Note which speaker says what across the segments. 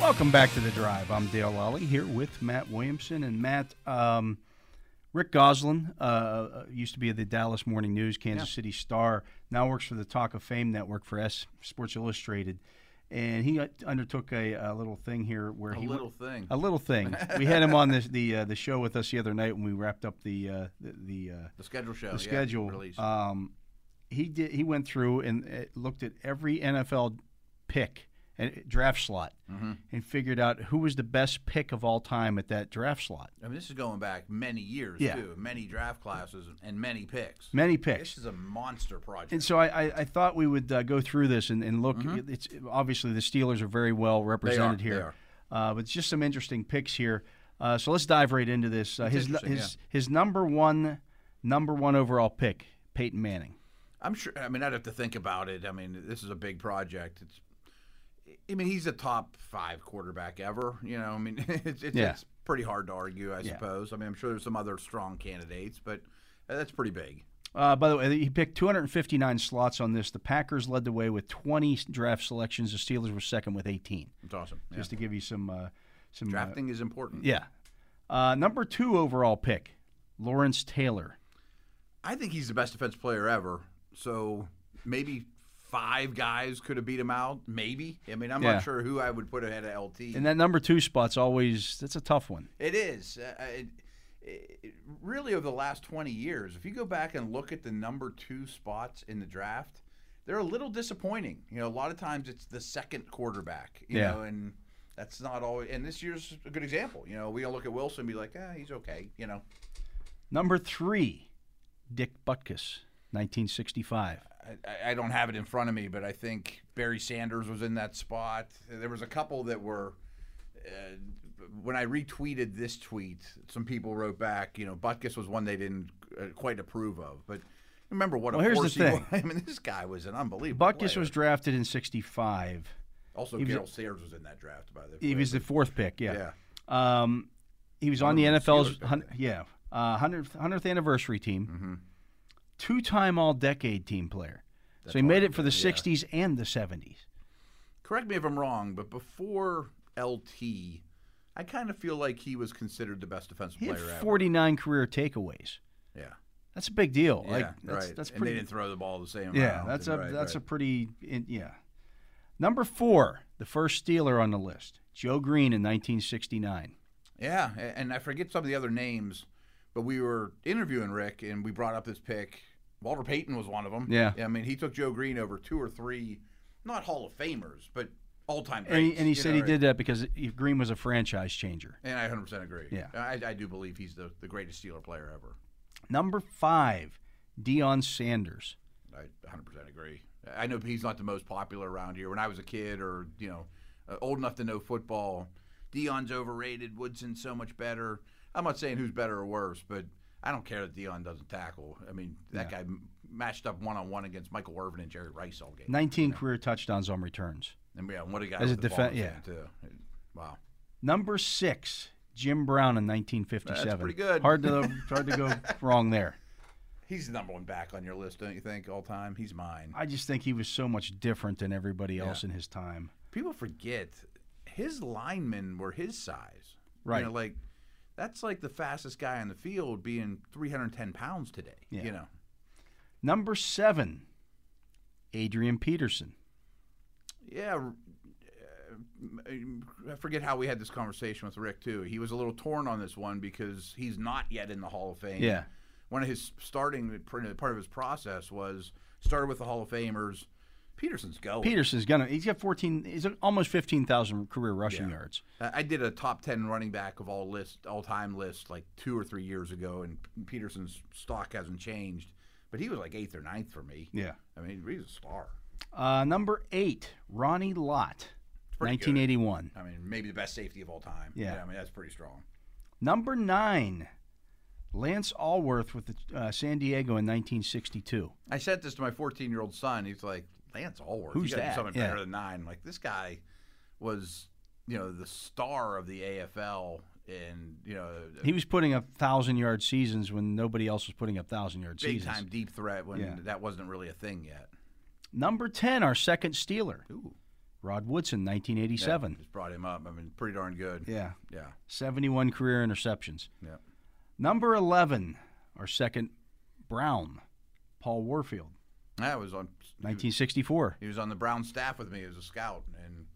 Speaker 1: Welcome back to the drive. I'm Dale Lally here with Matt Williamson and Matt. Um, Rick Goslin uh, used to be at the Dallas Morning News, Kansas City Star. Now works for the Talk of Fame Network for S Sports Illustrated, and he uh, undertook a, a little thing here where
Speaker 2: A
Speaker 1: he
Speaker 2: little thing.
Speaker 1: a little thing. we had him on this, the uh, the show with us the other night when we wrapped up the uh, the, the uh,
Speaker 2: the schedule show.
Speaker 1: the
Speaker 2: yeah,
Speaker 1: schedule.
Speaker 2: release.
Speaker 1: Um, he did. He went through and uh, looked at every NFL pick and draft slot,
Speaker 2: Mm-hmm.
Speaker 1: and figured out who was the best pick of all time at that draft slot.
Speaker 2: I mean, this is going back many years
Speaker 1: Yeah.
Speaker 2: too. Many draft classes and many picks.
Speaker 1: Many
Speaker 2: This
Speaker 1: picks.
Speaker 2: is a monster project.
Speaker 1: And so I, I, I thought we would uh, go through this and, and look. It's obviously the Steelers are very well represented
Speaker 2: Mm-hmm. they
Speaker 1: here,
Speaker 2: are.
Speaker 1: Uh, but it's just some interesting picks here. Uh, so let's dive right into this. Uh, his
Speaker 2: interesting,
Speaker 1: his his number one number one overall pick, Peyton Manning.
Speaker 2: I'm sure. I mean, I'd have to think about it. I mean, this is a big project. It's. I mean, he's a top five quarterback ever. You know, I mean, it's it's,
Speaker 1: Yeah.
Speaker 2: it's pretty hard to argue. I suppose. I mean, I'm sure there's some other strong candidates, but uh, that's pretty big.
Speaker 1: Uh, by the way, he picked 259 slots on this. The Packers led the way with 20 draft selections. The Steelers were second with 18.
Speaker 2: It's awesome. Yeah.
Speaker 1: Just to give you some uh, some uh,
Speaker 2: Drafting is important.
Speaker 1: yeah, uh, number two overall pick, Lawrence Taylor.
Speaker 2: I think he's the best defense player ever. So maybe five guys could have beat him out. Maybe. I mean, I'm
Speaker 1: Yeah.
Speaker 2: not sure who I would put ahead of LT.
Speaker 1: And that number two spot's always that's a tough one.
Speaker 2: it is. Uh, it, it, really, over the last 20 years, if you go back and look at the number two spots in the draft, they're a little disappointing. You know, a lot of times it's the second quarterback, you
Speaker 1: Yeah.
Speaker 2: know, and that's not always. And this year's a good example. You know, we don't look at Wilson and be like, ah, he's okay, you know.
Speaker 1: Number three, Dick Butkus, 1965.
Speaker 2: I- I, I don't have it in front of me, but I think Barry Sanders was in that spot. There was a couple that were. Uh, when I retweeted this tweet, some people wrote back. You know, Butkus was one they didn't uh, quite approve of, but remember what
Speaker 1: Well,
Speaker 2: a
Speaker 1: here's the
Speaker 2: force he
Speaker 1: thing.
Speaker 2: was. I mean, this guy was an unbelievable.
Speaker 1: Butkus
Speaker 2: player.
Speaker 1: was drafted in '65.
Speaker 2: also
Speaker 1: he was-
Speaker 2: Gerald Sayers was in that draft by the way.
Speaker 1: He was the fourth pick.
Speaker 2: yeah.
Speaker 1: Um, he was on the
Speaker 2: Would've been
Speaker 1: NFL's
Speaker 2: Steelers, Mm-hmm.
Speaker 1: hun- yeah uh, 100th, 100th anniversary team, two-time All-Decade team player. so he made it for the '60s and the '70s.
Speaker 2: Correct me if I'm wrong, but before LT, I kind of feel like he was considered the best defensive
Speaker 1: He had
Speaker 2: player
Speaker 1: 49 career takeaways.
Speaker 2: ever. Yeah.
Speaker 1: That's a big deal.
Speaker 2: Yeah,
Speaker 1: like, that's,
Speaker 2: right.
Speaker 1: That's
Speaker 2: and they
Speaker 1: pretty.
Speaker 2: didn't throw the ball the same.
Speaker 1: yeah,
Speaker 2: amount,
Speaker 1: that's a
Speaker 2: and right,
Speaker 1: that's
Speaker 2: right.
Speaker 1: a pretty in, yeah. Number four, the first Steeler on the list, Joe Green in 1969.
Speaker 2: yeah. a- And I forget some of the other names, but we were interviewing Rick, and we brought up this pick. Walter Payton was one of them.
Speaker 1: Yeah.
Speaker 2: I mean, he took Joe Green over two or three, not Hall of Famers, but all time.
Speaker 1: And he, and he said he did that because he- Green was a franchise changer.
Speaker 2: And I 100 percent agree.
Speaker 1: Yeah.
Speaker 2: I, I do believe he's the, the greatest Steeler player ever.
Speaker 1: Number five, Dion Sanders.
Speaker 2: I 100 percent agree. I know he's not the most popular around here. When I was a kid, or you know, uh, old enough to know football, Dion's overrated. Woodson's so much better. I'm not saying who's better or worse, but I don't care that Dion doesn't tackle. I mean, that guy m- matched up one on one against Michael Irvin and Jerry Rice all game.
Speaker 1: 19 career touchdowns on returns.
Speaker 2: And yeah, what a guy
Speaker 1: As
Speaker 2: with
Speaker 1: a
Speaker 2: the ball
Speaker 1: defen-
Speaker 2: in his
Speaker 1: yeah.
Speaker 2: hand, too. Wow.
Speaker 1: Number six, Jim Brown in 1957.
Speaker 2: That's pretty good.
Speaker 1: Hard to hard to go wrong there.
Speaker 2: He's the number one back on your list, don't you think? All time, he's mine.
Speaker 1: I just think he was so much different than everybody else in his time.
Speaker 2: people forget his linemen were his size.
Speaker 1: Right.
Speaker 2: You know, like that's like the fastest guy on the field being 310 pounds today.
Speaker 1: Yeah.
Speaker 2: You know,
Speaker 1: Number seven, Adrian Peterson.
Speaker 2: yeah. r- uh, I forget how we had this conversation with Rick too. He was a little torn on this one because he's not yet in the Hall of Fame.
Speaker 1: Yeah.
Speaker 2: One of his starting part of his process was started with the Hall of Famers. Peterson's going.
Speaker 1: Peterson's gonna. He's got 14. He's got almost 15,000 career rushing yards.
Speaker 2: Uh, I I did a top ten running back of all list all time list like two or three years ago, and Peterson's stock hasn't changed, but he was like eighth or ninth for me.
Speaker 1: Yeah.
Speaker 2: I mean, he's a star.
Speaker 1: Uh, number eight, Ronnie Lott.
Speaker 2: pretty good.
Speaker 1: 1981.
Speaker 2: I mean, maybe the best safety of all time.
Speaker 1: Yeah.
Speaker 2: I mean, that's pretty strong.
Speaker 1: Number nine, Lance Allworth with the, uh, San Diego in 1962.
Speaker 2: I sent this to my 14 year old son. He's like, Lance Allworth.
Speaker 1: Who's
Speaker 2: you gotta do
Speaker 1: that?
Speaker 2: Something
Speaker 1: Yeah.
Speaker 2: better than nine. Like this guy was, you know, the star of the AFL, and you know,
Speaker 1: He was putting up thousand yard seasons when nobody else was putting up thousand yard
Speaker 2: big
Speaker 1: seasons.
Speaker 2: time deep threat when
Speaker 1: Yeah.
Speaker 2: that wasn't really a thing yet.
Speaker 1: Number ten, our second Steeler,
Speaker 2: Ooh,
Speaker 1: Rod Woodson,
Speaker 2: Yeah,
Speaker 1: 1987.
Speaker 2: just brought him up. I mean, pretty darn good.
Speaker 1: Yeah.
Speaker 2: Yeah,
Speaker 1: 71 career interceptions.
Speaker 2: yeah.
Speaker 1: Number 11, our second Brown, Paul Warfield,
Speaker 2: That was on.
Speaker 1: 1964.
Speaker 2: He was on the Brown staff with me as a scout and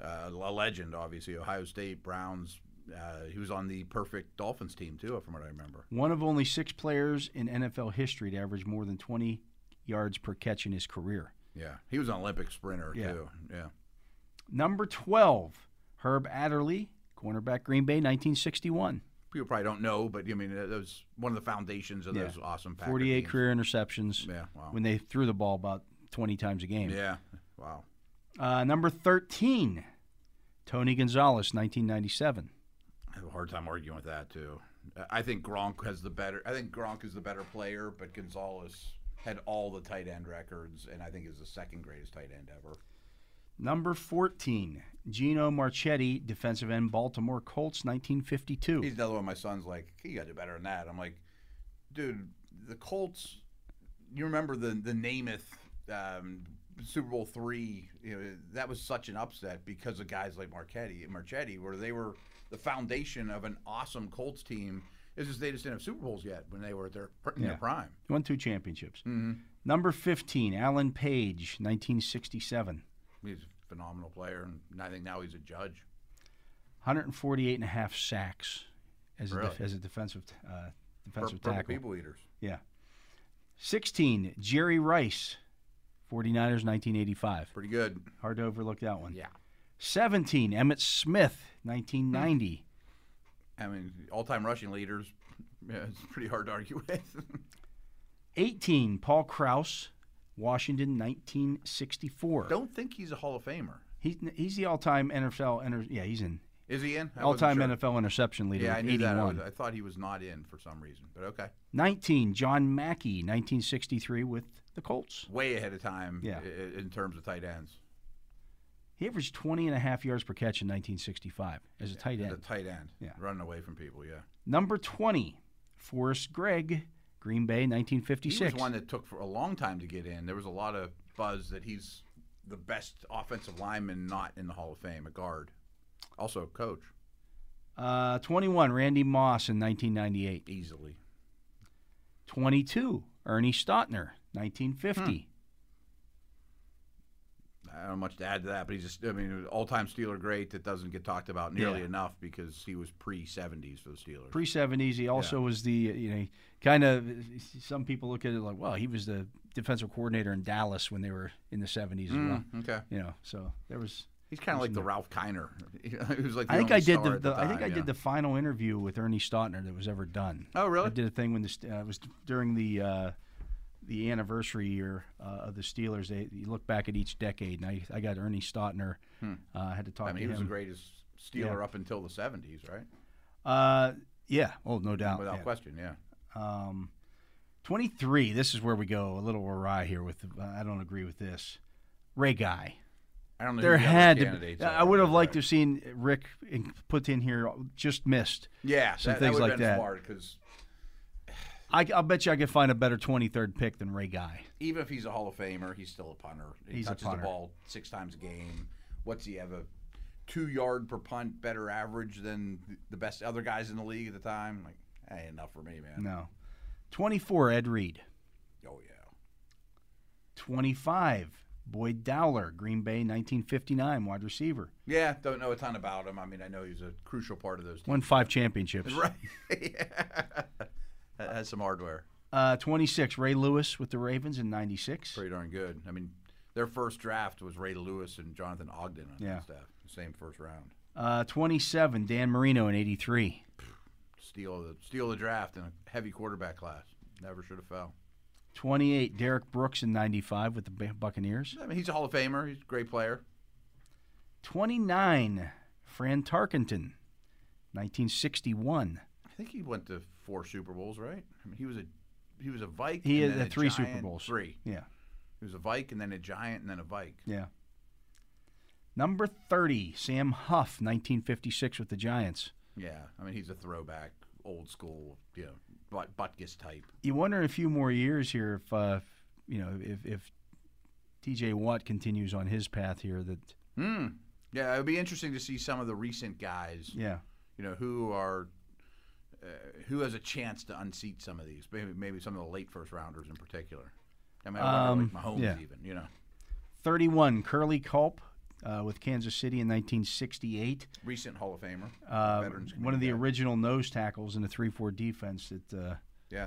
Speaker 2: uh, a legend, obviously. Ohio State Browns. Uh, he was on the perfect Dolphins team too, from what I remember.
Speaker 1: One of only six players in NFL history to average more than 20 yards per catch in his career.
Speaker 2: Yeah, he was an Olympic sprinter
Speaker 1: Yeah.
Speaker 2: too. Yeah,
Speaker 1: Number 12, Herb Adderley, cornerback Green Bay, 1961.
Speaker 2: people probably don't know, but I mean, that was one of the foundations of
Speaker 1: Yeah.
Speaker 2: those awesome. Packer
Speaker 1: 48
Speaker 2: teams.
Speaker 1: career interceptions
Speaker 2: Yeah, wow.
Speaker 1: when they threw the ball about 20 times a game.
Speaker 2: yeah, wow.
Speaker 1: Uh, number 13, Tony Gonzalez, 1997.
Speaker 2: I have a hard time arguing with that too. Uh, I think Gronk has the better. I think Gronk is the better player, but Gonzalez had all the tight end records, and I think is the second greatest tight end ever.
Speaker 1: Number 14, Gino Marchetti, defensive end, Baltimore Colts, 1952.
Speaker 2: He's another one. My son's like, you got to do better than that. I'm like, dude, the Colts. You remember the the Namath um, Super Bowl three? You know, that was such an upset because of guys like Marchetti, Marchetti, where they were the foundation of an awesome Colts team. It's just they just didn't have Super Bowls yet when they were at their, in
Speaker 1: Yeah.
Speaker 2: their prime.
Speaker 1: Won two championships.
Speaker 2: Mhm.
Speaker 1: Number 15, Alan Page, 1967.
Speaker 2: He's a phenomenal player, and I think now he's a judge.
Speaker 1: 148 and a half sacks as, a, def-
Speaker 2: Really?
Speaker 1: as a defensive uh,
Speaker 2: Pur-
Speaker 1: defensive
Speaker 2: Purple
Speaker 1: tackle.
Speaker 2: people eaters.
Speaker 1: Yeah. 16, Jerry Rice, 49ers, 1985.
Speaker 2: Pretty good.
Speaker 1: Hard to overlook that one.
Speaker 2: Yeah.
Speaker 1: 17, Emmett Smith, 1990.
Speaker 2: I mean, all time rushing leaders. Yeah, it's pretty hard to argue with.
Speaker 1: 18, Paul Kraus, Washington, 1964.
Speaker 2: Don't think he's a Hall of Famer.
Speaker 1: He's he's the all-time NFL inter, yeah he's in
Speaker 2: Is he in? I
Speaker 1: all-time
Speaker 2: wasn't
Speaker 1: NFL interception
Speaker 2: sure.
Speaker 1: leader.
Speaker 2: Yeah, I
Speaker 1: with
Speaker 2: knew
Speaker 1: 81.
Speaker 2: that. I, was- I thought he was not in for some reason, but okay.
Speaker 1: 19 John Mackey, 1963 with the Colts.
Speaker 2: Way ahead of time
Speaker 1: Yeah.
Speaker 2: i- i- in terms of tight ends.
Speaker 1: He averaged 20 and a half yards per catch in 1965 as a tight
Speaker 2: The
Speaker 1: end.
Speaker 2: tight end.
Speaker 1: Yeah.
Speaker 2: Running away from people, yeah.
Speaker 1: Number 20 Forrest Gregg, Green Bay,
Speaker 2: He
Speaker 1: 1956.
Speaker 2: was one that took for a long time to get in. There was a lot of buzz that he's the best offensive lineman not in the Hall of Fame, a guard. Also a coach,
Speaker 1: uh, 21 Randy Moss in 1998.
Speaker 2: easily.
Speaker 1: 22 Ernie Stotner, 1950.
Speaker 2: Hmm. I don't have much to add to that, but he's just, I mean, all time Steeler great that doesn't get talked about nearly
Speaker 1: Yeah.
Speaker 2: enough because he was pre 70s for the Steelers.
Speaker 1: pre seventies. He also was the you know kind of some people look at it like, well, he was the defensive coordinator in Dallas when they were in the seventies as well.
Speaker 2: Mm, okay.
Speaker 1: You know, so there was.
Speaker 2: He's kind of like the Ralph Kiner. he was like the
Speaker 1: I think
Speaker 2: only
Speaker 1: I did
Speaker 2: star
Speaker 1: the,
Speaker 2: at the,
Speaker 1: I think
Speaker 2: time,
Speaker 1: I
Speaker 2: yeah.
Speaker 1: did the final interview with Ernie Stotner that was ever done.
Speaker 2: Oh, really?
Speaker 1: I did a thing when this uh, it was during the. Uh, the anniversary year uh, of the Steelers, they you look back at each decade, and I, I got Ernie Stotner. Uh, I had to talk
Speaker 2: Hmm. I mean, he
Speaker 1: to
Speaker 2: was the
Speaker 1: him.
Speaker 2: greatest Steeler up until the 70s, right?
Speaker 1: uh, yeah, oh no doubt,
Speaker 2: Without
Speaker 1: yeah.
Speaker 2: question, yeah.
Speaker 1: Um, 23. This is where we go a little awry here. With uh, I don't agree with this. Ray Guy.
Speaker 2: I don't know.
Speaker 1: There
Speaker 2: who the other
Speaker 1: had to. Be,
Speaker 2: candidates
Speaker 1: I
Speaker 2: are,
Speaker 1: would have
Speaker 2: but,
Speaker 1: liked to
Speaker 2: uh,
Speaker 1: have seen Rick in- put in here. Just missed.
Speaker 2: Yeah,
Speaker 1: some
Speaker 2: that,
Speaker 1: things
Speaker 2: that would
Speaker 1: like
Speaker 2: have been
Speaker 1: that.
Speaker 2: smart because
Speaker 1: I, I'll bet you I could find a better 23rd pick than Ray Guy.
Speaker 2: even if he's a Hall of Famer, he's still a punter. He
Speaker 1: He's a
Speaker 2: touches
Speaker 1: punter.
Speaker 2: the ball six times a game. What's he have a two yard per punt better average than the best other guys in the league at the time? Like, hey, enough for me, man.
Speaker 1: No. 24. Ed Reed.
Speaker 2: Oh yeah,
Speaker 1: 25. Boyd Dowler, Green Bay, 1959, wide receiver.
Speaker 2: yeah. Don't know a ton about him. I mean, I know he's a crucial part of those. Teams.
Speaker 1: Won five championships.
Speaker 2: Right. Has some hardware.
Speaker 1: Uh, 26. Ray Lewis with the Ravens in 96.
Speaker 2: Pretty darn good. I mean, their first draft was Ray Lewis and Jonathan Ogden on
Speaker 1: Yeah.
Speaker 2: that staff. Same first round.
Speaker 1: Uh, 27. Dan Marino in 83.
Speaker 2: Steal the steal the draft in a heavy quarterback class. Never should have fell.
Speaker 1: 28, Derek Brooks in 95 with the Ba- Buccaneers.
Speaker 2: I mean, he's a Hall of Famer. He's a great player.
Speaker 1: 29, Fran Tarkenton. 1961.
Speaker 2: I think he went to four Super Bowls, right? I mean, he was a he was a Vike.
Speaker 1: He
Speaker 2: and
Speaker 1: had
Speaker 2: then
Speaker 1: uh, three Super
Speaker 2: Giant-
Speaker 1: Bowls.
Speaker 2: Three.
Speaker 1: Yeah,
Speaker 2: He was a Vike and then a Giant and then a Vike.
Speaker 1: yeah. Number 30, Sam Huff, 1956 with the Giants.
Speaker 2: Yeah, I mean he's a throwback, old school, you know, but Butkus type.
Speaker 1: You wonder in a few more years here if uh, you know if, if T.J. Watt continues on his path here. That
Speaker 2: Hmm. Yeah, it would be interesting to see some of the recent guys,
Speaker 1: yeah,
Speaker 2: you know, who are. Uh, who has a chance to unseat some of these? Maybe, maybe some of the late first rounders in particular. I mean, I wonder, like
Speaker 1: Um,
Speaker 2: Mahomes
Speaker 1: yeah.
Speaker 2: even. You know,
Speaker 1: 31, Curly Culp uh, with Kansas City in 1968.
Speaker 2: recent Hall of Famer,
Speaker 1: Uh,
Speaker 2: Veterans
Speaker 1: one of the
Speaker 2: Committee guy.
Speaker 1: original nose tackles in the 3-4 defense that uh,
Speaker 2: Yeah.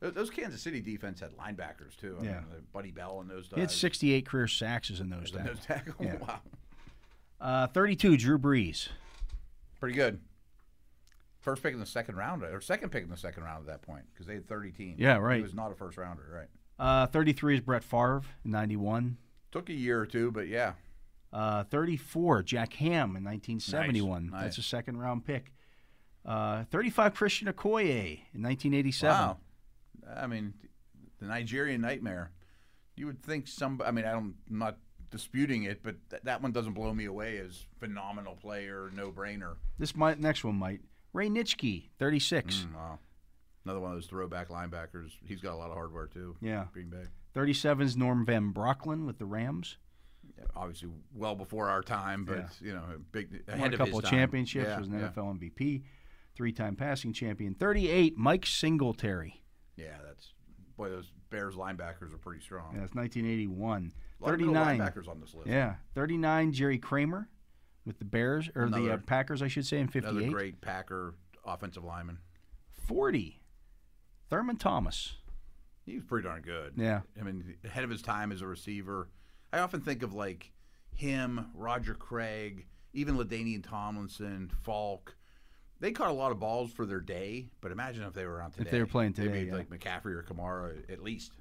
Speaker 2: Tho- Those Kansas City defense had linebackers too. I
Speaker 1: Yeah.
Speaker 2: mean, Buddy Bell and those guys.
Speaker 1: he had 68 career sacks as a nose
Speaker 2: and
Speaker 1: tackle.
Speaker 2: those tackle.
Speaker 1: Yeah.
Speaker 2: Wow.
Speaker 1: Uh, 32, Drew Brees.
Speaker 2: Pretty good. First pick in the second round, or second pick in the second round at that point, because they had 30 teams.
Speaker 1: Yeah, right.
Speaker 2: He was not a first rounder, right?
Speaker 1: Uh, 33 is Brett Favre in 91.
Speaker 2: Took a year or two, but yeah.
Speaker 1: Uh, 34, Jack Ham in 1971.
Speaker 2: Nice, nice.
Speaker 1: That's a second round pick. Uh, 35, Christian Okoye in 1987.
Speaker 2: Wow. I mean, the Nigerian nightmare. You would think some. I mean, I don't, I'm not disputing it, but th- that one doesn't blow me away as phenomenal player, no brainer.
Speaker 1: This might, next one might. Ray Nitschke, 36.
Speaker 2: Wow. Another one of those throwback linebackers. He's got a lot of hardware too.
Speaker 1: Yeah.
Speaker 2: Green Bay.
Speaker 1: 37 is Norm Van Brocklin with the Rams.
Speaker 2: obviously well before our time, but
Speaker 1: Yeah.
Speaker 2: you know, a big ahead
Speaker 1: Won a
Speaker 2: of
Speaker 1: couple
Speaker 2: his
Speaker 1: of
Speaker 2: time.
Speaker 1: championships,
Speaker 2: Yeah,
Speaker 1: was an
Speaker 2: yeah.
Speaker 1: NFL MVP, three time passing champion. 38, Mike Singletary.
Speaker 2: Yeah, that's boy. Those Bears linebackers are pretty strong.
Speaker 1: Yeah, that's 1981.
Speaker 2: A lot of middle
Speaker 1: 39.
Speaker 2: linebackers on this list.
Speaker 1: Yeah, 39, Jerry Kramer with the Bears, or the uh,
Speaker 2: Another-
Speaker 1: Packers, I should say, in
Speaker 2: another
Speaker 1: 58.
Speaker 2: great Packer offensive lineman.
Speaker 1: 40, Thurman Thomas.
Speaker 2: He was pretty darn good.
Speaker 1: Yeah.
Speaker 2: I mean, ahead of his time as a receiver. I often think of like him, Roger Craig, even Ladainian Tomlinson, Falk. They caught a lot of balls for their day, but imagine if they were on today.
Speaker 1: they were playing
Speaker 2: They'd
Speaker 1: today,
Speaker 2: be
Speaker 1: yeah.
Speaker 2: like McCaffrey or Kamara at least.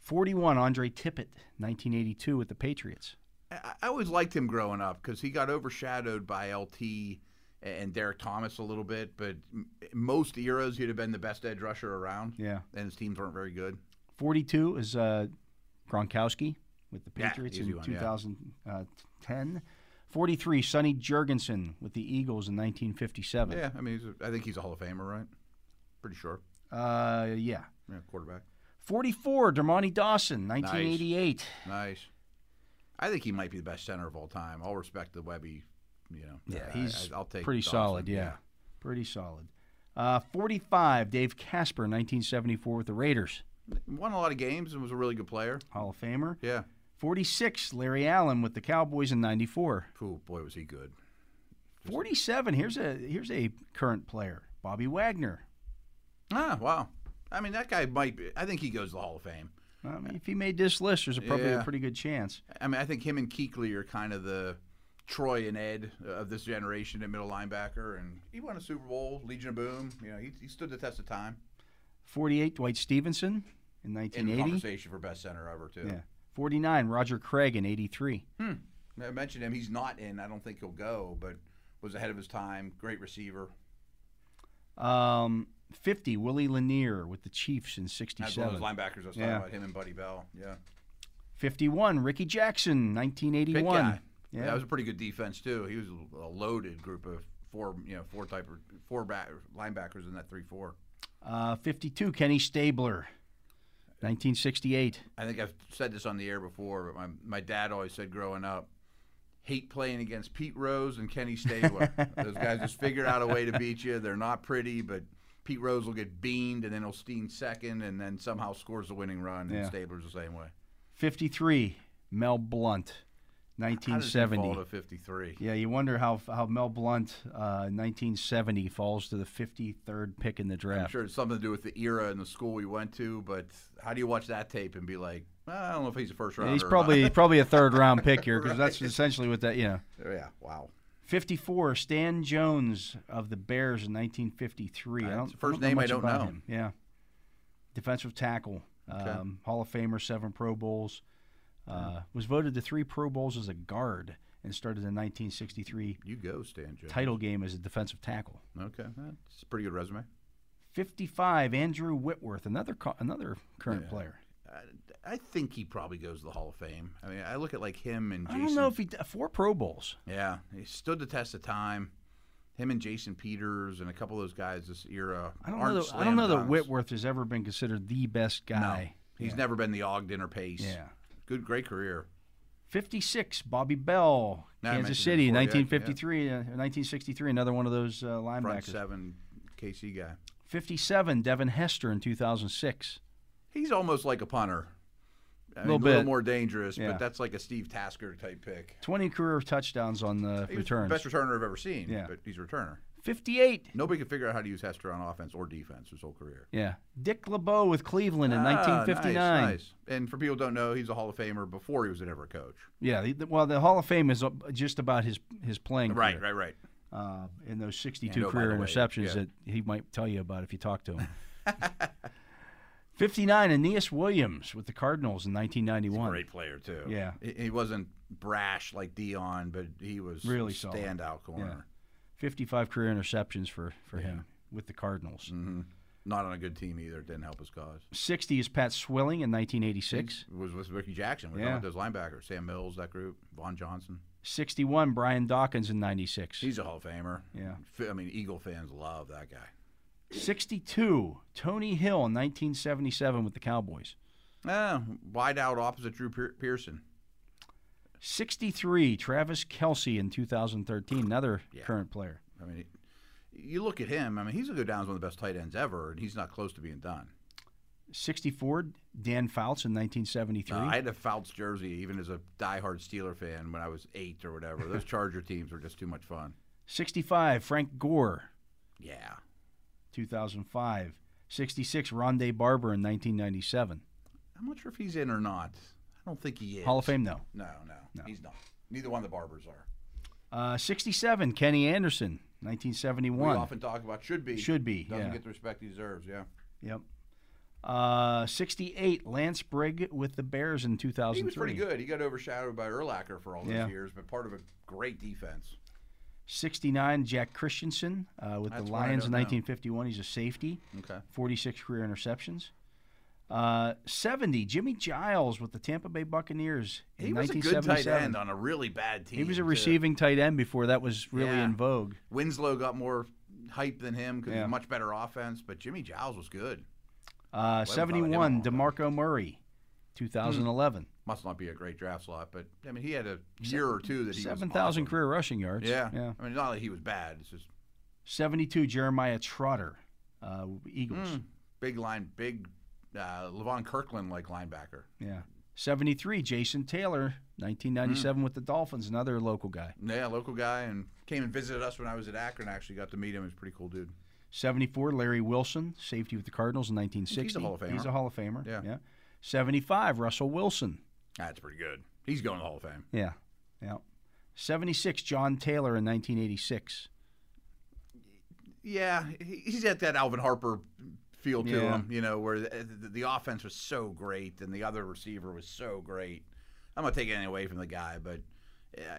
Speaker 1: 41, Andre Tippett, 1982 with the Patriots.
Speaker 2: I, I always liked him growing up because he got overshadowed by LT and Derek Thomas a little bit, but m- most eras he'd have been the best edge rusher around.
Speaker 1: Yeah.
Speaker 2: And his teams weren't very good.
Speaker 1: 42 is uh, Gronkowski with the
Speaker 2: Yeah,
Speaker 1: Patriots
Speaker 2: easy
Speaker 1: in
Speaker 2: one, yeah.
Speaker 1: 2010. 43, Sonny Jurgensen with the Eagles in 1957.
Speaker 2: Yeah, I mean, he's a, I think he's a Hall of Famer, right? Pretty sure.
Speaker 1: Uh, yeah.
Speaker 2: Yeah, quarterback.
Speaker 1: 44, Dermonti Dawson, 1988.
Speaker 2: Nice. I think he might be the best center of all time. I'll respect the Webby, you know.
Speaker 1: Yeah,
Speaker 2: I-
Speaker 1: he's
Speaker 2: I, will take
Speaker 1: pretty
Speaker 2: Dawson.
Speaker 1: solid. Yeah. pretty solid. Uh, 45, Dave Casper, 1974 with the Raiders,
Speaker 2: yeah. Won a lot of games and was a really good player.
Speaker 1: Hall of Famer.
Speaker 2: Yeah.
Speaker 1: 46, Larry Allen with the Cowboys in 94.
Speaker 2: Phew, boy, was he good.
Speaker 1: 47, here's a here's a current player, Bobby Wagner.
Speaker 2: Ah, wow. I mean, that guy might be. I think he goes to the Hall of Fame.
Speaker 1: I mean, if he made this list, there's a probably a
Speaker 2: Yeah.
Speaker 1: pretty good chance.
Speaker 2: I mean, I think him and Keekley are kind of the Troy and Ed of this generation at middle linebacker, and he won a Super Bowl, Legion of Boom. You know, he, he stood the test of time
Speaker 1: 48, Dwight Stevenson in
Speaker 2: in the
Speaker 1: 1980.
Speaker 2: conversation for best center ever too.
Speaker 1: Yeah. 49, Roger Craig in 83.
Speaker 2: I mentioned him; he's not in. I don't think he'll go, but was ahead of his time. Great receiver.
Speaker 1: Um, 50, Willie Lanier with the Chiefs in
Speaker 2: That's one of
Speaker 1: 67.
Speaker 2: those linebackers I was
Speaker 1: Yeah.
Speaker 2: talking about. Him and Buddy Bell. Yeah,
Speaker 1: 51, Ricky Jackson,
Speaker 2: big
Speaker 1: 1981.
Speaker 2: guy.
Speaker 1: Yeah.
Speaker 2: Yeah. that was a pretty good defense too. He was a loaded group of four, you know, four type, four back linebackers in that three four.
Speaker 1: Uh, 52, Kenny Stabler, 1968.
Speaker 2: I think I've said this on the air before, but my, my dad always said growing up, hate playing against Pete Rose and Kenny Stabler. Those guys just figured out a way to beat you. They're not pretty, but Pete Rose will get beamed and then he'll steam second and then somehow scores the winning run. And
Speaker 1: Yeah.
Speaker 2: Stabler's the same way.
Speaker 1: 53, Mel Blunt,
Speaker 2: How does he fall
Speaker 1: 1970.
Speaker 2: to 53?
Speaker 1: Yeah, you wonder how how Mel Blunt, uh, 1970, falls to the 53rd pick in the
Speaker 2: I'm
Speaker 1: draft.
Speaker 2: sure it's something to do with the era and the school we went to, but how do you watch that tape and be like, "Ah, I don't know if he's a first
Speaker 1: Yeah,
Speaker 2: rounder?
Speaker 1: he's
Speaker 2: or
Speaker 1: probably
Speaker 2: not."
Speaker 1: probably a third round pick here because that's
Speaker 2: Right.
Speaker 1: essentially what that you know.
Speaker 2: yeah. Wow.
Speaker 1: 54, Stan Jones of the Bears in 1953. I
Speaker 2: That's
Speaker 1: don't,
Speaker 2: the first
Speaker 1: I don't know
Speaker 2: name I
Speaker 1: much
Speaker 2: don't
Speaker 1: about
Speaker 2: know.
Speaker 1: Him. Yeah, defensive tackle, um, Hall of Famer, seven Pro Bowls. Uh, was voted to three Pro Bowls as a guard and started the 1963
Speaker 2: You go, Stan Jones.
Speaker 1: title game as a defensive tackle.
Speaker 2: Okay, that's a pretty good resume.
Speaker 1: 55, Andrew Whitworth, another co- another current player.
Speaker 2: I, I think he probably goes to the Hall of Fame. I mean, I look at like him and
Speaker 1: I
Speaker 2: Jason.
Speaker 1: don't know if he d- four Pro Bowls.
Speaker 2: Yeah, he stood the test of time. Him and Jason Peters and a couple of those guys this era.
Speaker 1: I don't
Speaker 2: aren't
Speaker 1: know. That, I
Speaker 2: slam
Speaker 1: don't know that
Speaker 2: dunks.
Speaker 1: Whitworth has ever been considered the best guy.
Speaker 2: He's never been the Ogden or Pace.
Speaker 1: Yeah.
Speaker 2: Good, great career.
Speaker 1: 56, Bobby Bell,
Speaker 2: Now I mentioned
Speaker 1: Kansas
Speaker 2: it
Speaker 1: City,
Speaker 2: before, yeah,
Speaker 1: 1953,
Speaker 2: yeah.
Speaker 1: uh, 1963, another one of those uh,
Speaker 2: Front
Speaker 1: linebackers.
Speaker 2: seven KC guy.
Speaker 1: 57, Devin Hester in 2006.
Speaker 2: He's almost like a punter. I mean,
Speaker 1: Little
Speaker 2: a little
Speaker 1: bit.
Speaker 2: more dangerous,
Speaker 1: Yeah.
Speaker 2: but that's like a Steve Tasker type pick.
Speaker 1: 20 career touchdowns on the
Speaker 2: He was the
Speaker 1: returns.
Speaker 2: best returner I've ever seen,
Speaker 1: Yeah.
Speaker 2: but he's a returner.
Speaker 1: 58,
Speaker 2: Nobody could figure out how to use Hester on offense or defense his whole career.
Speaker 1: yeah. Dick LeBeau with Cleveland in
Speaker 2: Ah,
Speaker 1: 1959.
Speaker 2: Nice, nice. And for people who don't know, he's a Hall of Famer before he was an ever coach.
Speaker 1: Yeah, the- the- well, the Hall of Fame is uh, just about his his playing career.
Speaker 2: right, right.
Speaker 1: Uh, and those 62
Speaker 2: And oh, by
Speaker 1: career
Speaker 2: the way,
Speaker 1: interceptions
Speaker 2: yeah.
Speaker 1: that he might tell you about if you talk to him. 59, Aeneas Williams with the Cardinals in 1991.
Speaker 2: Great player too.
Speaker 1: Yeah.
Speaker 2: he, he wasn't brash like Dion, but he was
Speaker 1: Really solid.
Speaker 2: standout corner.
Speaker 1: 55 career interceptions for, for him with the Cardinals.
Speaker 2: Mm-hmm. Not on a good team either. It didn't help his cause.
Speaker 1: 60 is Pat Swilling in 1986.
Speaker 2: It was with Ricky Jackson. We're
Speaker 1: Yeah.
Speaker 2: talking about those linebackers, Sam Mills, that group, Vaughn Johnson.
Speaker 1: 61, Brian Dawkins in 96.
Speaker 2: He's a Hall of Famer.
Speaker 1: Yeah.
Speaker 2: F- I mean, Eagle fans love that guy.
Speaker 1: 62, Tony Hill in 1977 with the Cowboys.
Speaker 2: Ah, wide out opposite Drew Pier- Pearson.
Speaker 1: 63, Travis Kelsey in 2013, another
Speaker 2: Yeah.
Speaker 1: current player.
Speaker 2: I mean, you look at him. I mean, he's gonna go down as one of the best tight ends ever, and he's not close to being done.
Speaker 1: 64, Dan Fouts in 1973.
Speaker 2: Uh, I had a Fouts jersey even as a diehard Steeler fan when I was eight or whatever. Those Charger teams were just too much fun.
Speaker 1: 65, Frank Gore,
Speaker 2: Yeah.
Speaker 1: 2005. 66, Rondé Barber in 1997.
Speaker 2: I'm not sure if he's in or not. I don't think he is.
Speaker 1: Hall of Fame, no.
Speaker 2: No, no, he's not. Neither one of the Barbers are.
Speaker 1: Uh, 67, Kenny Anderson,
Speaker 2: We
Speaker 1: 1971.
Speaker 2: often talk about should be.
Speaker 1: Should be,
Speaker 2: Doesn't
Speaker 1: yeah.
Speaker 2: get the respect he deserves, yeah.
Speaker 1: Yep. Uh, 68, Lance Brigg with the Bears in 2003.
Speaker 2: He was pretty good. He got overshadowed by Erlacher for all those
Speaker 1: Yeah.
Speaker 2: years, but part of a great defense.
Speaker 1: 69, Jack Christensen uh, with
Speaker 2: That's
Speaker 1: the
Speaker 2: one I
Speaker 1: Lions in
Speaker 2: don't know.
Speaker 1: 1951. He's a safety,
Speaker 2: Okay.
Speaker 1: 46 career interceptions. Uh, 70, Jimmy Giles with the Tampa Bay Buccaneers in
Speaker 2: He was a good
Speaker 1: 1977.
Speaker 2: tight end on a really bad team.
Speaker 1: he was a
Speaker 2: too.
Speaker 1: receiving tight end before that was really
Speaker 2: Yeah.
Speaker 1: in vogue.
Speaker 2: Winslow got more hype than him because
Speaker 1: Yeah.
Speaker 2: much better offense, but Jimmy Giles was good.
Speaker 1: Uh,
Speaker 2: thought I did him
Speaker 1: 71,
Speaker 2: all, Hmm. though.
Speaker 1: DeMarco Murray, 2011.
Speaker 2: Must not be a great draft slot, but I mean, he had a year or two that he was
Speaker 1: 7,000
Speaker 2: awesome.
Speaker 1: career rushing yards.
Speaker 2: Yeah.
Speaker 1: yeah.
Speaker 2: I mean, not that he was bad. It's just
Speaker 1: 72, Jeremiah Trotter, uh, Eagles.
Speaker 2: hmm, big line, big uh, Levon Kirkland like linebacker.
Speaker 1: Yeah. 73, Jason Taylor,
Speaker 2: Hmm.
Speaker 1: 1997 with the Dolphins, another local guy.
Speaker 2: Yeah, local guy, and came and visited us when I was at Akron. I actually got to meet him. He's a pretty cool dude.
Speaker 1: 74, Larry Wilson, safety with the Cardinals in 1960.
Speaker 2: He's a Hall of Famer.
Speaker 1: He's a Hall of Famer.
Speaker 2: Yeah.
Speaker 1: 75, Russell Wilson.
Speaker 2: That's pretty good. He's going to the Hall of Fame.
Speaker 1: Yeah. Yeah. 76, John Taylor in 1986.
Speaker 2: Yeah, he- he's at that Alvin Harper feel to
Speaker 1: Yeah.
Speaker 2: him, you know, where the, the, the offense was so great and the other receiver was so great. I'm not taking anything away from the guy, but uh,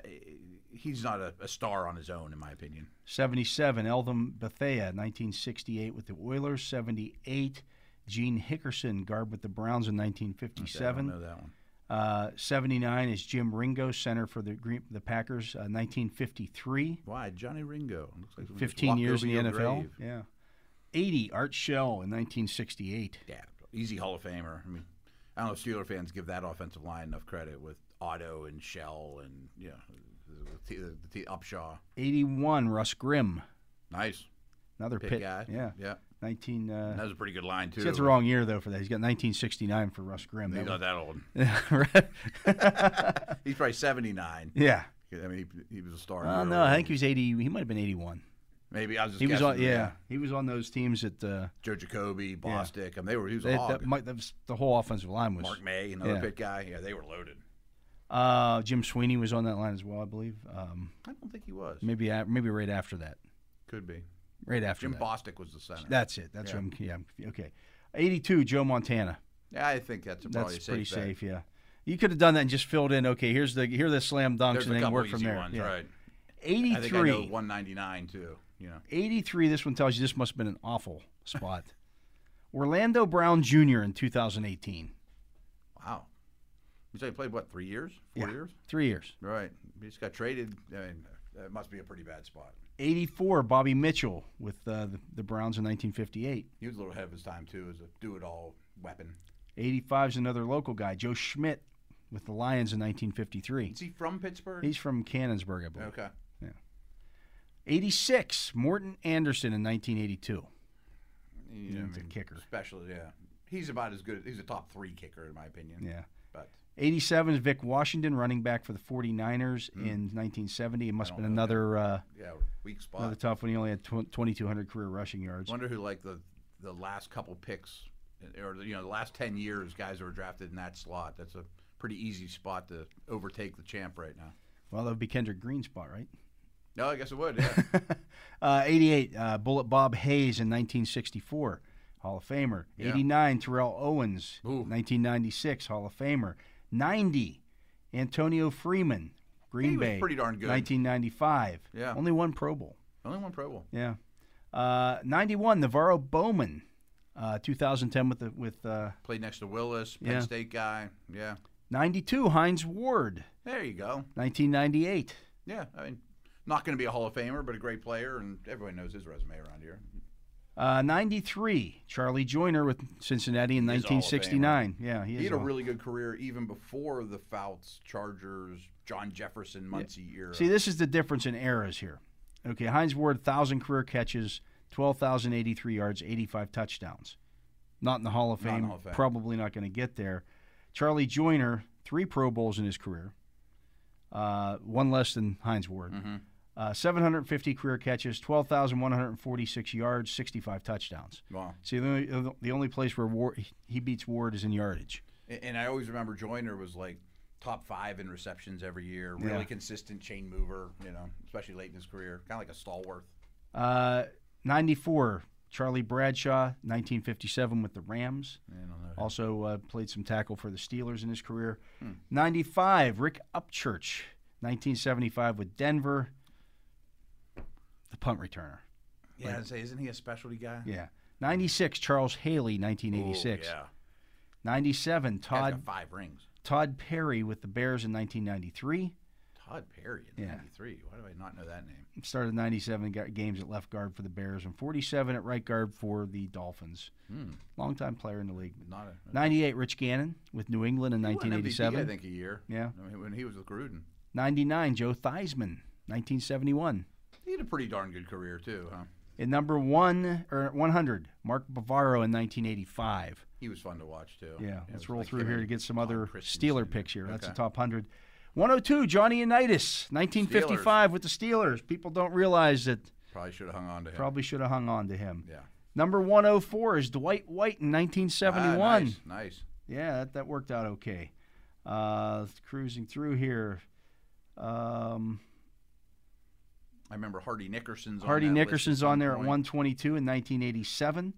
Speaker 2: he's not a, a star on his own, in my opinion.
Speaker 1: 77, Eltham Bethea, 1968 with the Oilers. 78, Gene Hickerson, guard with the Browns in
Speaker 2: I
Speaker 1: 1957.
Speaker 2: don't know that one.
Speaker 1: Uh, 79 is Jim Ringo, center for the Green, the Packers, uh, 1953,
Speaker 2: Why Johnny Ringo? Looks like someone just
Speaker 1: 15
Speaker 2: walked
Speaker 1: years
Speaker 2: over
Speaker 1: in the
Speaker 2: your
Speaker 1: NFL.
Speaker 2: grave.
Speaker 1: Yeah. 80, Art Shell in 1968.
Speaker 2: Yeah, easy Hall of Famer. I mean, I don't know if Steeler fans give that offensive line enough credit with Otto and Shell and you know the, the, the, the Upshaw.
Speaker 1: 81, Russ Grimm,
Speaker 2: Nice
Speaker 1: another
Speaker 2: pick
Speaker 1: pit.
Speaker 2: guy.
Speaker 1: Yeah.
Speaker 2: yeah.
Speaker 1: 19.
Speaker 2: And that
Speaker 1: Uh,
Speaker 2: was a pretty good line too.
Speaker 1: that's the wrong year though for that. He's got 1969 for Russ Grimm.
Speaker 2: He's
Speaker 1: That
Speaker 2: not that old.
Speaker 1: was-
Speaker 2: He's probably seventy nine.
Speaker 1: yeah.
Speaker 2: I mean, he, he was a star. in
Speaker 1: Well,
Speaker 2: the
Speaker 1: no, I
Speaker 2: early
Speaker 1: think he was 80. He might have been 81.
Speaker 2: 80s. maybe I was. Just
Speaker 1: He was
Speaker 2: guessing,
Speaker 1: on. Yeah, he was on those teams that uh,
Speaker 2: Joe Jacoby, Bostic. I mean, they were. He was a
Speaker 1: that,
Speaker 2: hog.
Speaker 1: that, might, that was the whole offensive line was.
Speaker 2: Mark May, another
Speaker 1: Yeah.
Speaker 2: pit guy. Yeah, they were loaded.
Speaker 1: Uh, Jim Sweeney was on that line as well, I believe. Um,
Speaker 2: I don't think he was.
Speaker 1: maybe a- maybe right after that.
Speaker 2: Could be.
Speaker 1: Right after
Speaker 2: Jim
Speaker 1: that.
Speaker 2: Bostic was the center.
Speaker 1: That's it. That's what I'm. Yeah. I'm- Okay. 82. Joe Montana.
Speaker 2: yeah, I think that's a
Speaker 1: That's
Speaker 2: probably a
Speaker 1: pretty
Speaker 2: safe bet.
Speaker 1: safe. Yeah. You could have done that and just filled in. Okay, here's the here are the slam dunks
Speaker 2: There's
Speaker 1: and
Speaker 2: a
Speaker 1: then
Speaker 2: couple
Speaker 1: work
Speaker 2: easy
Speaker 1: from there.
Speaker 2: ones,
Speaker 1: Yeah. E
Speaker 2: right? I think I know
Speaker 1: 83.
Speaker 2: 199 too. You know,
Speaker 1: 83. This one tells you this must have been an awful spot. Orlando Brown Jr. in 2018.
Speaker 2: wow. You say he played what three years, four
Speaker 1: Yeah.
Speaker 2: years?
Speaker 1: Three years.
Speaker 2: Right. He just got traded. I mean, that must be a pretty bad spot.
Speaker 1: 84. Bobby Mitchell with uh, the, the Browns in 1958.
Speaker 2: He was a little ahead of his time too, as a do-it-all weapon.
Speaker 1: 85 is another local guy, Joe Schmidt with the Lions in 1953.
Speaker 2: Is he from Pittsburgh?
Speaker 1: He's from Cannonsburg, I believe.
Speaker 2: okay.
Speaker 1: 86, Morton Anderson in 1982.
Speaker 2: You know,
Speaker 1: He's a kicker.
Speaker 2: Special, yeah. He's about as good. He's a top three kicker in my opinion.
Speaker 1: Yeah.
Speaker 2: But
Speaker 1: 87 is Vic Washington, running back for the 49ers
Speaker 2: Mm.
Speaker 1: in 1970. It must have been another uh,
Speaker 2: yeah, weak spot.
Speaker 1: another tough one. He only had tw- 2,200 career rushing yards.
Speaker 2: Wonder who like the the last couple picks or the, you know the last ten years guys that were drafted in that slot. That's a pretty easy spot to overtake the champ right now.
Speaker 1: Well, that would be Kendrick Green's spot, right?
Speaker 2: No, I guess it would. Yeah.
Speaker 1: Uh, 88, uh, Bullet Bob Hayes in 1964, Hall of Famer.
Speaker 2: Yeah.
Speaker 1: 89, Terrell Owens,
Speaker 2: Ooh.
Speaker 1: 1996, Hall of Famer. 90, Antonio Freeman, Green
Speaker 2: He was
Speaker 1: Bay,
Speaker 2: pretty darn good.
Speaker 1: 1995.
Speaker 2: Yeah.
Speaker 1: only one Pro Bowl.
Speaker 2: Only one Pro Bowl.
Speaker 1: Yeah, uh, 91, Navarro Bowman, uh, 2010 with the with uh,
Speaker 2: Played next to Willis, Penn
Speaker 1: Yeah.
Speaker 2: State guy. Yeah.
Speaker 1: 92, Heinz Ward,
Speaker 2: There you go.
Speaker 1: 1998.
Speaker 2: Yeah. I mean, not going to be a Hall of Famer, but a great player, and everyone knows his resume around here.
Speaker 1: Uh, 93, Charlie Joyner with Cincinnati in
Speaker 2: He's a Hall of Famer.
Speaker 1: 1969. Yeah, he is.
Speaker 2: He had
Speaker 1: a
Speaker 2: a
Speaker 1: Hall-
Speaker 2: really good career even before the Fouts, Chargers, John Jefferson, Muncie era.
Speaker 1: See, this is the difference in eras here. Okay, Heinz Ward, 1,000 career catches, 12,083 yards, 85 touchdowns. Not in the Hall of
Speaker 2: Not in the
Speaker 1: Fame.
Speaker 2: Hall of Fame.
Speaker 1: Probably not going to get there. Charlie Joyner, three Pro Bowls in his career, uh, one less than Heinz Ward.
Speaker 2: Mm-hmm.
Speaker 1: Uh, 750 career catches, 12,146 yards, 65 touchdowns.
Speaker 2: Wow.
Speaker 1: See, the only, the only place where Ward, he beats Ward is in yardage.
Speaker 2: A- And I always remember Joyner was like top five in receptions every year, really
Speaker 1: Yeah.
Speaker 2: consistent chain mover, you know, especially late in his career, kind of like a Stallworth.
Speaker 1: Uh, 94, Charlie Bradshaw, 1957 with the Rams. Also uh, played some tackle for the Steelers in his career.
Speaker 2: Hmm.
Speaker 1: 95, Rick Upchurch, 1975 with Denver, the punt returner.
Speaker 2: Yeah, I'd say, isn't he a specialty guy?
Speaker 1: Yeah. 96, Charles Haley,
Speaker 2: Ooh,
Speaker 1: 1986.
Speaker 2: yeah.
Speaker 1: 97,
Speaker 2: Todd,
Speaker 1: Todd,
Speaker 2: five rings.
Speaker 1: Todd Perry with the Bears in 1993.
Speaker 2: Todd Perry in
Speaker 1: Yeah.
Speaker 2: '93. Why do I not know that name?
Speaker 1: Started 97 ga- games at left guard for the Bears and 47 at right guard for the Dolphins.
Speaker 2: Hmm.
Speaker 1: Longtime player in the league.
Speaker 2: Not a
Speaker 1: 98, Rich Gannon with New England in
Speaker 2: he won MVP,
Speaker 1: 1987.
Speaker 2: I think a year.
Speaker 1: Yeah.
Speaker 2: I mean, when he was with Gruden,
Speaker 1: 99, Joe Theismann, 1971.
Speaker 2: he had a pretty darn good career too, huh?
Speaker 1: At number one or 100, Mark Bavaro in 1985.
Speaker 2: He was fun to watch too.
Speaker 1: Yeah,
Speaker 2: it
Speaker 1: let's
Speaker 2: was
Speaker 1: roll
Speaker 2: like
Speaker 1: through
Speaker 2: him
Speaker 1: here
Speaker 2: and
Speaker 1: to get some
Speaker 2: Todd
Speaker 1: other
Speaker 2: Christensen.
Speaker 1: Steeler picks here. That's the
Speaker 2: Okay.
Speaker 1: top 100. 102, Johnny Unitas, 1955 with the Steelers. People don't realize that
Speaker 2: Probably should have hung on to him.
Speaker 1: probably should have hung on to him.
Speaker 2: Yeah.
Speaker 1: Number 104 is Dwight White in 1971.
Speaker 2: Ah, nice, nice.
Speaker 1: Yeah, that, that worked out okay. Uh, cruising through here. Um,
Speaker 2: I remember Hardy Nickerson's.
Speaker 1: Hardy
Speaker 2: on that list at
Speaker 1: Nickerson's
Speaker 2: some
Speaker 1: on there at
Speaker 2: point.
Speaker 1: 122 in 1987,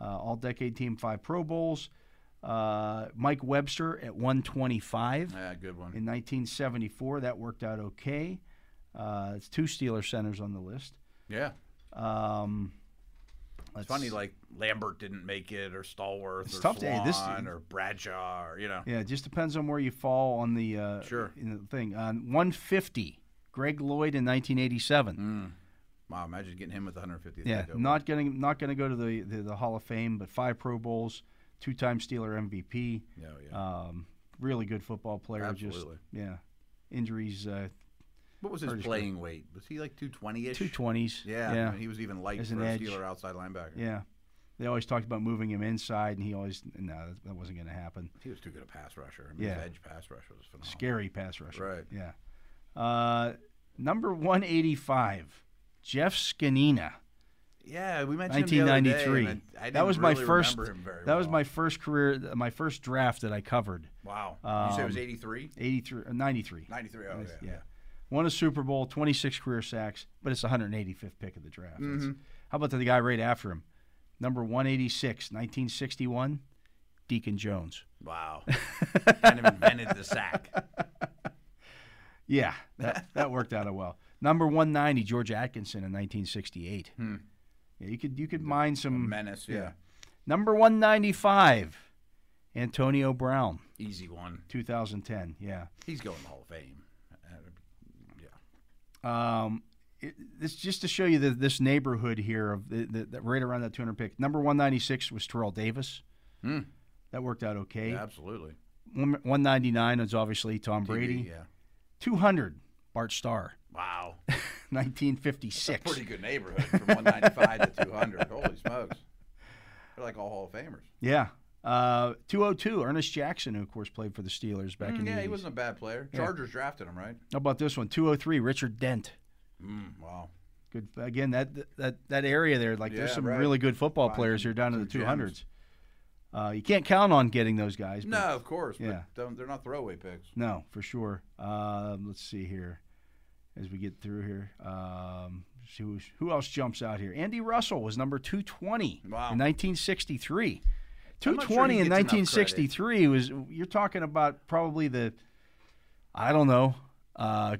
Speaker 1: uh, All Decade Team, five Pro Bowls. Uh, Mike Webster at 125
Speaker 2: Yeah, good one.
Speaker 1: in 1974. That worked out okay. Uh, it's two Steeler centers on the list.
Speaker 2: Yeah.
Speaker 1: Um,
Speaker 2: It's funny, like Lambert didn't make it, or Stallworth,
Speaker 1: It's
Speaker 2: or
Speaker 1: tough to- hey, this-
Speaker 2: Swan, or Bradshaw, or you know.
Speaker 1: yeah, it just depends on where you fall on the uh,
Speaker 2: Sure.
Speaker 1: in the thing. Uh, 150, Greg Lloyd in 1987.
Speaker 2: Mm, Wow, imagine getting him with 150.
Speaker 1: Yeah, not going not going to go to the, the the Hall of Fame, but five Pro Bowls, two time Steeler MVP.
Speaker 2: Yeah, yeah.
Speaker 1: um, really good football player.
Speaker 2: Absolutely.
Speaker 1: Just yeah, injuries, uh,
Speaker 2: what was his
Speaker 1: Curtis
Speaker 2: playing weight? Was he like 220-ish?
Speaker 1: two twenties.
Speaker 2: Yeah,
Speaker 1: yeah,
Speaker 2: he was even light
Speaker 1: As
Speaker 2: for
Speaker 1: an
Speaker 2: a
Speaker 1: edge.
Speaker 2: Steeler outside linebacker.
Speaker 1: yeah. They always talked about moving him inside, and he always no, that- that wasn't going to happen.
Speaker 2: He was too good a pass rusher. I mean,
Speaker 1: Yeah.
Speaker 2: his edge pass rusher was phenomenal.
Speaker 1: Scary pass rusher.
Speaker 2: Right.
Speaker 1: Yeah. Uh, number one eighty five, Jeff Scanina,
Speaker 2: Yeah, we mentioned
Speaker 1: nineteen ninety three. That was my first.
Speaker 2: Him very
Speaker 1: That was
Speaker 2: well.
Speaker 1: my first career, my first draft that I covered.
Speaker 2: Wow. you say it was 83?
Speaker 1: 83, uh, 93.
Speaker 2: 93. Oh, yeah.
Speaker 1: Um, yeah. Won a Super Bowl, 26 career sacks, but it's the 185th pick of the draft. That's- How about the guy right after him? Number 186, 1961, Deacon Jones.
Speaker 2: Wow. kind of invented the sack.
Speaker 1: Yeah, that, that worked out well. Number 190, George Atkinson in 1968. Yeah, you could you could mine some
Speaker 2: Menace, yeah.
Speaker 1: Number 195, Antonio Brown,
Speaker 2: Easy one.
Speaker 1: 2010. Yeah.
Speaker 2: He's going to the Hall of Fame. Uh, yeah.
Speaker 1: Um, it, this just to show you that this neighborhood here of the, the, the- right around that 200 pick. Number 196 was Terrell Davis.
Speaker 2: Hmm.
Speaker 1: That worked out okay.
Speaker 2: Yeah, absolutely.
Speaker 1: One- 199 is obviously Tom Brady.
Speaker 2: Yeah.
Speaker 1: 200 Bart Starr,
Speaker 2: Wow.
Speaker 1: 1956.
Speaker 2: Pretty good neighborhood from 195 to 200. Holy smokes. They're like all Hall of Famers.
Speaker 1: Yeah. Uh, 202 Ernest Jackson, who of course played for the Steelers back in the
Speaker 2: Hmm, Mm, yeah,
Speaker 1: 80s.
Speaker 2: he wasn't a bad player.
Speaker 1: Yeah.
Speaker 2: Chargers drafted him, right?
Speaker 1: How about this one? 203 Richard Dent.
Speaker 2: Mm, wow.
Speaker 1: Good again. That that that area there, like there's
Speaker 2: Yeah,
Speaker 1: some
Speaker 2: right.
Speaker 1: really good football
Speaker 2: Find
Speaker 1: players
Speaker 2: some-
Speaker 1: here down in the
Speaker 2: some
Speaker 1: 200s. Uh, you can't count on getting those guys. but-
Speaker 2: No, of course.
Speaker 1: Yeah.
Speaker 2: But don't, they're not throwaway picks.
Speaker 1: No, for sure. Um, let's see here as we get through here. Um, see who's, who else jumps out here? Andy Russell was number 220 in
Speaker 2: Wow.
Speaker 1: 1963.
Speaker 2: I'm
Speaker 1: 220
Speaker 2: not sure he
Speaker 1: in
Speaker 2: gets enough
Speaker 1: 1963 was you're talking about probably the I don't know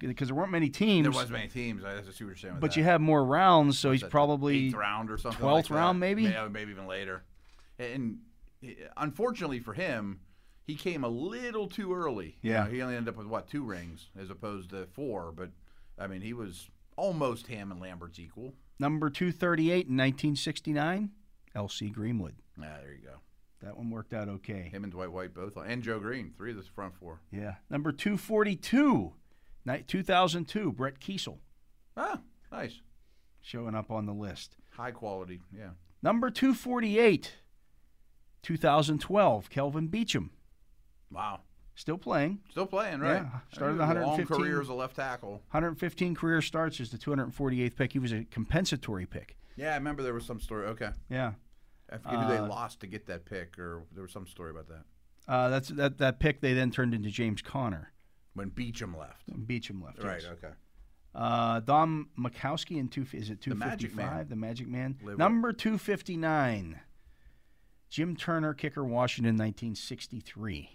Speaker 1: because there weren't many teams,
Speaker 2: There wasn't many teams. I that's what you were saying. with
Speaker 1: but
Speaker 2: that.
Speaker 1: you have more rounds, so he's
Speaker 2: That
Speaker 1: probably
Speaker 2: eighth round or something.
Speaker 1: 12th
Speaker 2: like that.
Speaker 1: round, maybe?
Speaker 2: Yeah, maybe even later. And eh, unfortunately for him, he came a little too early. You
Speaker 1: Yeah.
Speaker 2: know, he only ended up with what two rings as opposed to four. But I mean, he was almost him and Lambert's equal.
Speaker 1: number 238 in 1969. L.C. Greenwood.
Speaker 2: Ah, there you go.
Speaker 1: That one worked out okay.
Speaker 2: Him and Dwight White both, and Joe Green, three of the front four.
Speaker 1: Yeah. Number 242, ni- 2002, Brett Kiesel
Speaker 2: Ah, nice,
Speaker 1: showing up on the list.
Speaker 2: high quality. Yeah.
Speaker 1: Number 248, 2012, Kelvin Beecham.
Speaker 2: Wow.
Speaker 1: Still playing.
Speaker 2: Still playing, right?
Speaker 1: Yeah, started
Speaker 2: Long
Speaker 1: 115.
Speaker 2: career as a left tackle.
Speaker 1: 115 career starts as the 248th pick. He was a compensatory pick.
Speaker 2: Yeah, I remember there was some story. Okay,
Speaker 1: Yeah.
Speaker 2: I forget who they
Speaker 1: Uh,
Speaker 2: lost to get that pick, or there was some story about that
Speaker 1: Uh, that's that, that pick they then turned into James Conner.
Speaker 2: when Beecham left.
Speaker 1: Beecham left.
Speaker 2: Right.
Speaker 1: yes.
Speaker 2: Okay.
Speaker 1: Uh, Dom Mikowski in two is it two fifty
Speaker 2: Magic Man.
Speaker 1: five? The Magic Man.
Speaker 2: Live
Speaker 1: Number two fifty nine. Jim Turner, kicker, Washington, nineteen sixty three.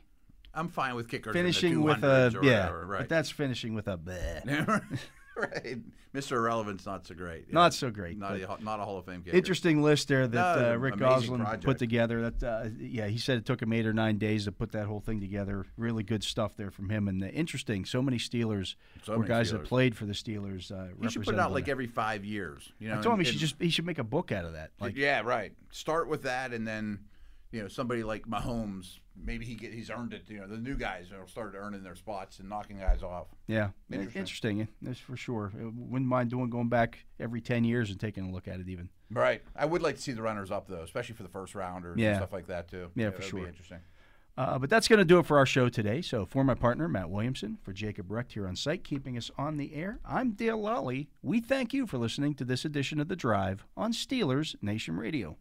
Speaker 2: I'm fine with kickers. in the
Speaker 1: finishing with a
Speaker 2: 200s or
Speaker 1: yeah,
Speaker 2: whatever,
Speaker 1: but
Speaker 2: right.
Speaker 1: that's finishing with a bleh.
Speaker 2: right. Mr. Irrelevant's not so great. yeah.
Speaker 1: Not so great,
Speaker 2: Not
Speaker 1: but-
Speaker 2: a, not a Hall of Fame kicker.
Speaker 1: Interesting list there that
Speaker 2: No,
Speaker 1: uh, Rick
Speaker 2: amazing
Speaker 1: Goslin
Speaker 2: project.
Speaker 1: put together. That uh, yeah, he said it took him eight or nine days to put that whole thing together. Really good stuff there from him, and uh, interesting. So many Steelers
Speaker 2: So
Speaker 1: were
Speaker 2: many
Speaker 1: guys that
Speaker 2: Steelers.
Speaker 1: played for the Steelers. Uh,
Speaker 2: You should put
Speaker 1: represented
Speaker 2: it out
Speaker 1: on
Speaker 2: like
Speaker 1: there.
Speaker 2: every five years. You know,
Speaker 1: I told him he
Speaker 2: and-
Speaker 1: should just he should make a book out of that. Like
Speaker 2: yeah, right. Start with that, and then you know somebody like Mahomes, maybe he get he's earned it. You know, the new guys will start earning their spots and knocking guys off.
Speaker 1: yeah, interesting.
Speaker 2: Interesting.
Speaker 1: That's for sure. Uh, Wouldn't mind doing going back every ten years and taking a look at it even.
Speaker 2: Right. I would like to see the runners up though, especially for the first rounders
Speaker 1: Yeah.
Speaker 2: and stuff like that too.
Speaker 1: Yeah, for
Speaker 2: that'd
Speaker 1: sure.
Speaker 2: Be interesting.
Speaker 1: Uh, but that's going to do it for our show today. So, for my partner, Matt Williamson, for Jacob Recht here on site, keeping us on the air, I'm Dale Lally. We thank you for listening to this edition of The Drive on Steelers Nation Radio.